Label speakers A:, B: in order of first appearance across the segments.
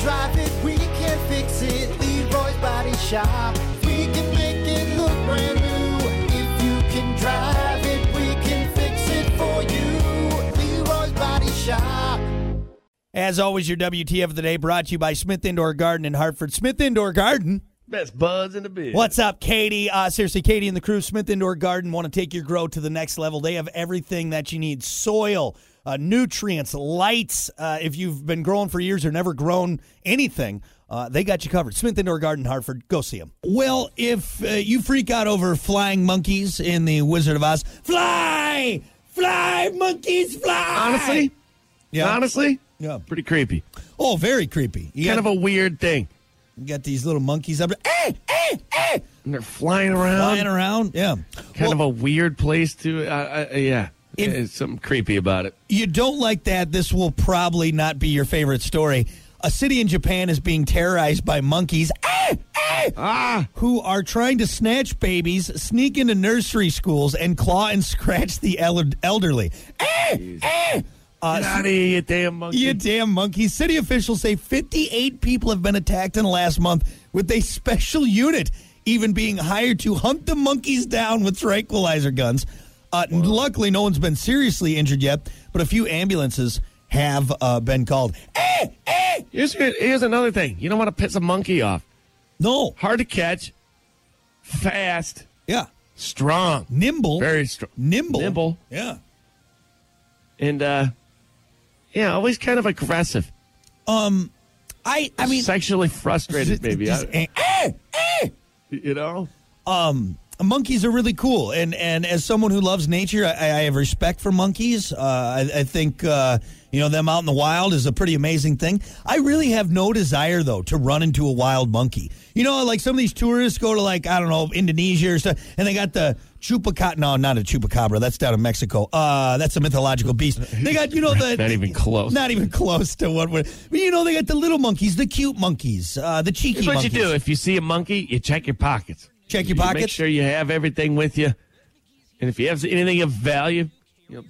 A: drive it, we can fix it. Leroy's Body Shop. We can make it look brand new. If you can drive it, we can fix it for you. Leroy's Body Shop.
B: As always, your WTF of the day brought to you by Smith Indoor Garden in Hartford. Smith Indoor Garden.
C: Best buds in the biz.
B: What's up, Katie? Uh, seriously, Katie and the crew, Smith Indoor Garden, want to take your grow to the next level. They have everything that you need soil, uh, nutrients, lights. Uh, if you've been growing for years or never grown anything, uh, they got you covered. Smith Indoor Garden, Hartford. Go see them.
D: Well, if uh, you freak out over flying monkeys in The Wizard of Oz, fly! Fly, monkeys, fly!
C: Honestly,
D: Yeah.
C: honestly,
D: Yeah.
C: pretty creepy.
D: Oh, very creepy. You
C: Kind
D: got,
C: of a weird thing.
D: you got these little monkeys up there. Eh, Hey, hey, hey!
C: And they're flying around.
D: Flying around. Um, Yeah.
C: Kind of a weird place to. Uh, uh, yeah,
D: It-
C: it's something creepy about it.
D: you don't like that, this will probably not be your favorite story. A city in Japan is being terrorized by monkeys ah, ah, who are trying to snatch babies, sneak into nursery schools, and claw and scratch the el- elderly. Ah, ah.
C: Get out of here, you damn monkey.
D: You damn monkey. City officials say 58 people have been attacked in the last month with a special unit even being hired to hunt the monkeys down with tranquilizer guns. Uh, luckily, no one's been seriously injured yet, but a few ambulances have uh, been called. Eh, eh.
C: here's, here's another thing. You don't want to piss a monkey off.
D: No.
C: Hard to catch, fast,
D: Yeah.
C: strong,
D: Nimble.
C: very strong.
D: Nimble.
C: nimble.
D: Yeah.
C: and uh yeah, always kind of aggressive,
D: I, I mean,
C: sexually frustrated, maybe.
D: Just,
C: I-
D: eh, eh, eh.
C: you know,
D: monkeys are really cool and and as someone who loves nature i, I have respect for monkeys uh, I, I think uh, you know them out in the wild is a pretty amazing thing i really have no desire though to run into a wild monkey you know like some of these tourists go to like i don't know indonesia or stuff and they got the chupacabra no not a chupacabra that's down in mexico uh, that's a mythological beast they got you know the
C: Uh, Not even close.
D: not even close to what we're but you know they got the little monkeys the cute monkeys uh, the cheeky
C: here's what you
D: monkeys
C: do if you see a monkey, you check your pockets.
D: Check your
C: You
D: pockets.
C: Make sure you have everything with you, and if you have anything of value, you know,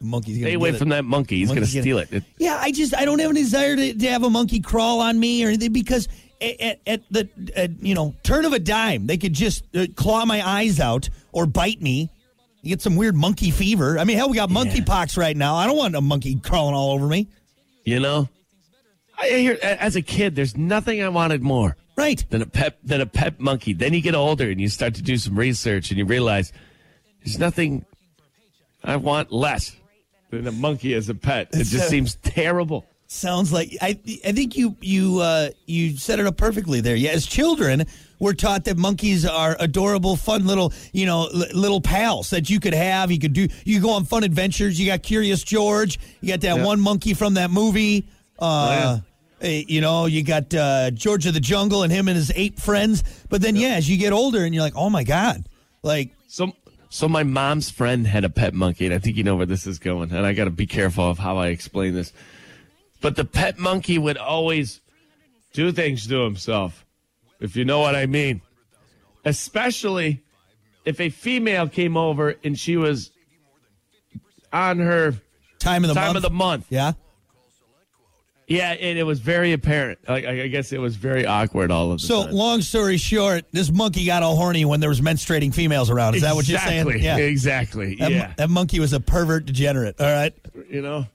D: monkeys gonna
C: stay
D: get
C: away
D: it.
C: from that monkey. He's going to
D: Monkey's gonna-
C: steal it. It-
D: Yeah, I just I don't have any desire to, to have a monkey crawl on me or anything because at, at, at the at, you know turn of a dime they could just uh, claw my eyes out or bite me. You get some weird monkey fever. I mean, hell, we got monkey pox right now. I don't want a monkey crawling all over me.
C: you know, I I hear a- as a kid, there's nothing I wanted more
D: Right?
C: than a pet than a pet monkey. Then you get older and you start to do some research and you realize there's nothing I want less than a monkey as a pet. It just seems terrible.
D: Sounds like I. I think you you uh, you set it up perfectly there. Yeah, as children, we're taught that monkeys are adorable, fun little you know l- little pals that you could have. You could do. You could go on fun adventures. You got Curious George. You got that
C: Yeah. Oh,
D: one monkey from that movie. Uh, eh, You know, you got uh, George of the Jungle and him and his ape friends. But then, yeah, as you get older, and you're like, oh my god, like
C: So so my mom's friend had a pet monkey, and I think you know where this is going. And I got to be careful of how I explain this. But the pet monkey would always do things to himself, if you know what I mean. Especially if a female came over and she was on her
D: time of the
C: time
D: month.
C: of the month.
D: yeah.
C: Yeah, and it was very apparent. Like, I I guess it was very awkward all of the
D: So
C: time.
D: long story short, this monkey got all horny when there was menstruating females around. Is that what you're saying?
C: Exactly, Exactly.
D: That,
C: yeah.
D: that monkey was a pervert degenerate. All right.
C: you know,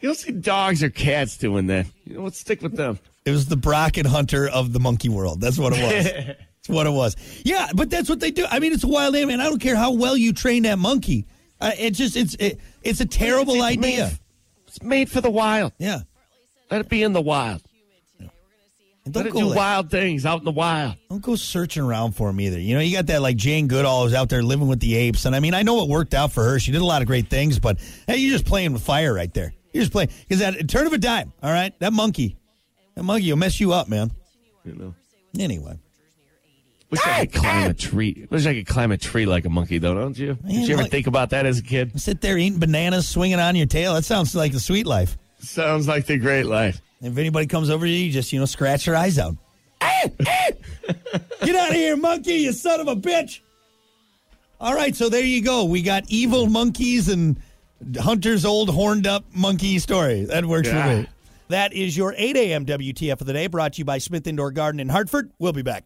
C: you don't see dogs or cats doing that. You know, let's stick with them.
D: It was the Brocken Hunter of the monkey world. That's what it was. that's what it was. Yeah, but that's what they do. I mean, it's a wild animal, and I don't care how well you train that monkey. Uh, it just it's it, it's a terrible
C: It's made-
D: idea.
C: It's made for the wild.
D: Yeah.
C: Let it be in the wild.
D: And
C: Let
D: don't
C: it
D: go
C: do
D: like-
C: wild things out in the wild.
D: Don't go searching around for him either. You know, you got that like Jane Goodall who's out there living with the apes, and I mean, I know it worked out for her. She did a lot of great things, but hey, you're just playing with fire right there. You're just playing because that turn of a dime. All right, that monkey, that monkey will mess you up, man.
C: You know.
D: Anyway,
C: Wish I could climb a tree. Wish I could climb a tree like a monkey, though, don't you?
D: Ah, Man,
C: Did you ever
D: like-
C: think about that as a kid?
D: sit there eating bananas, swinging on your tail. That sounds like the sweet life.
C: Sounds like the great life.
D: And if anybody comes over to you, you just you know scratch their eyes out. Eh, eh. Get out of here, monkey! You son of a bitch! All right, so there you go. We got evil monkeys and Hunter's old horned up monkey story. That works
C: Yeah.
D: for me. That is your 8 a.m. WTF of the day, brought to you by Smith Indoor Garden in Hartford. We'll be back.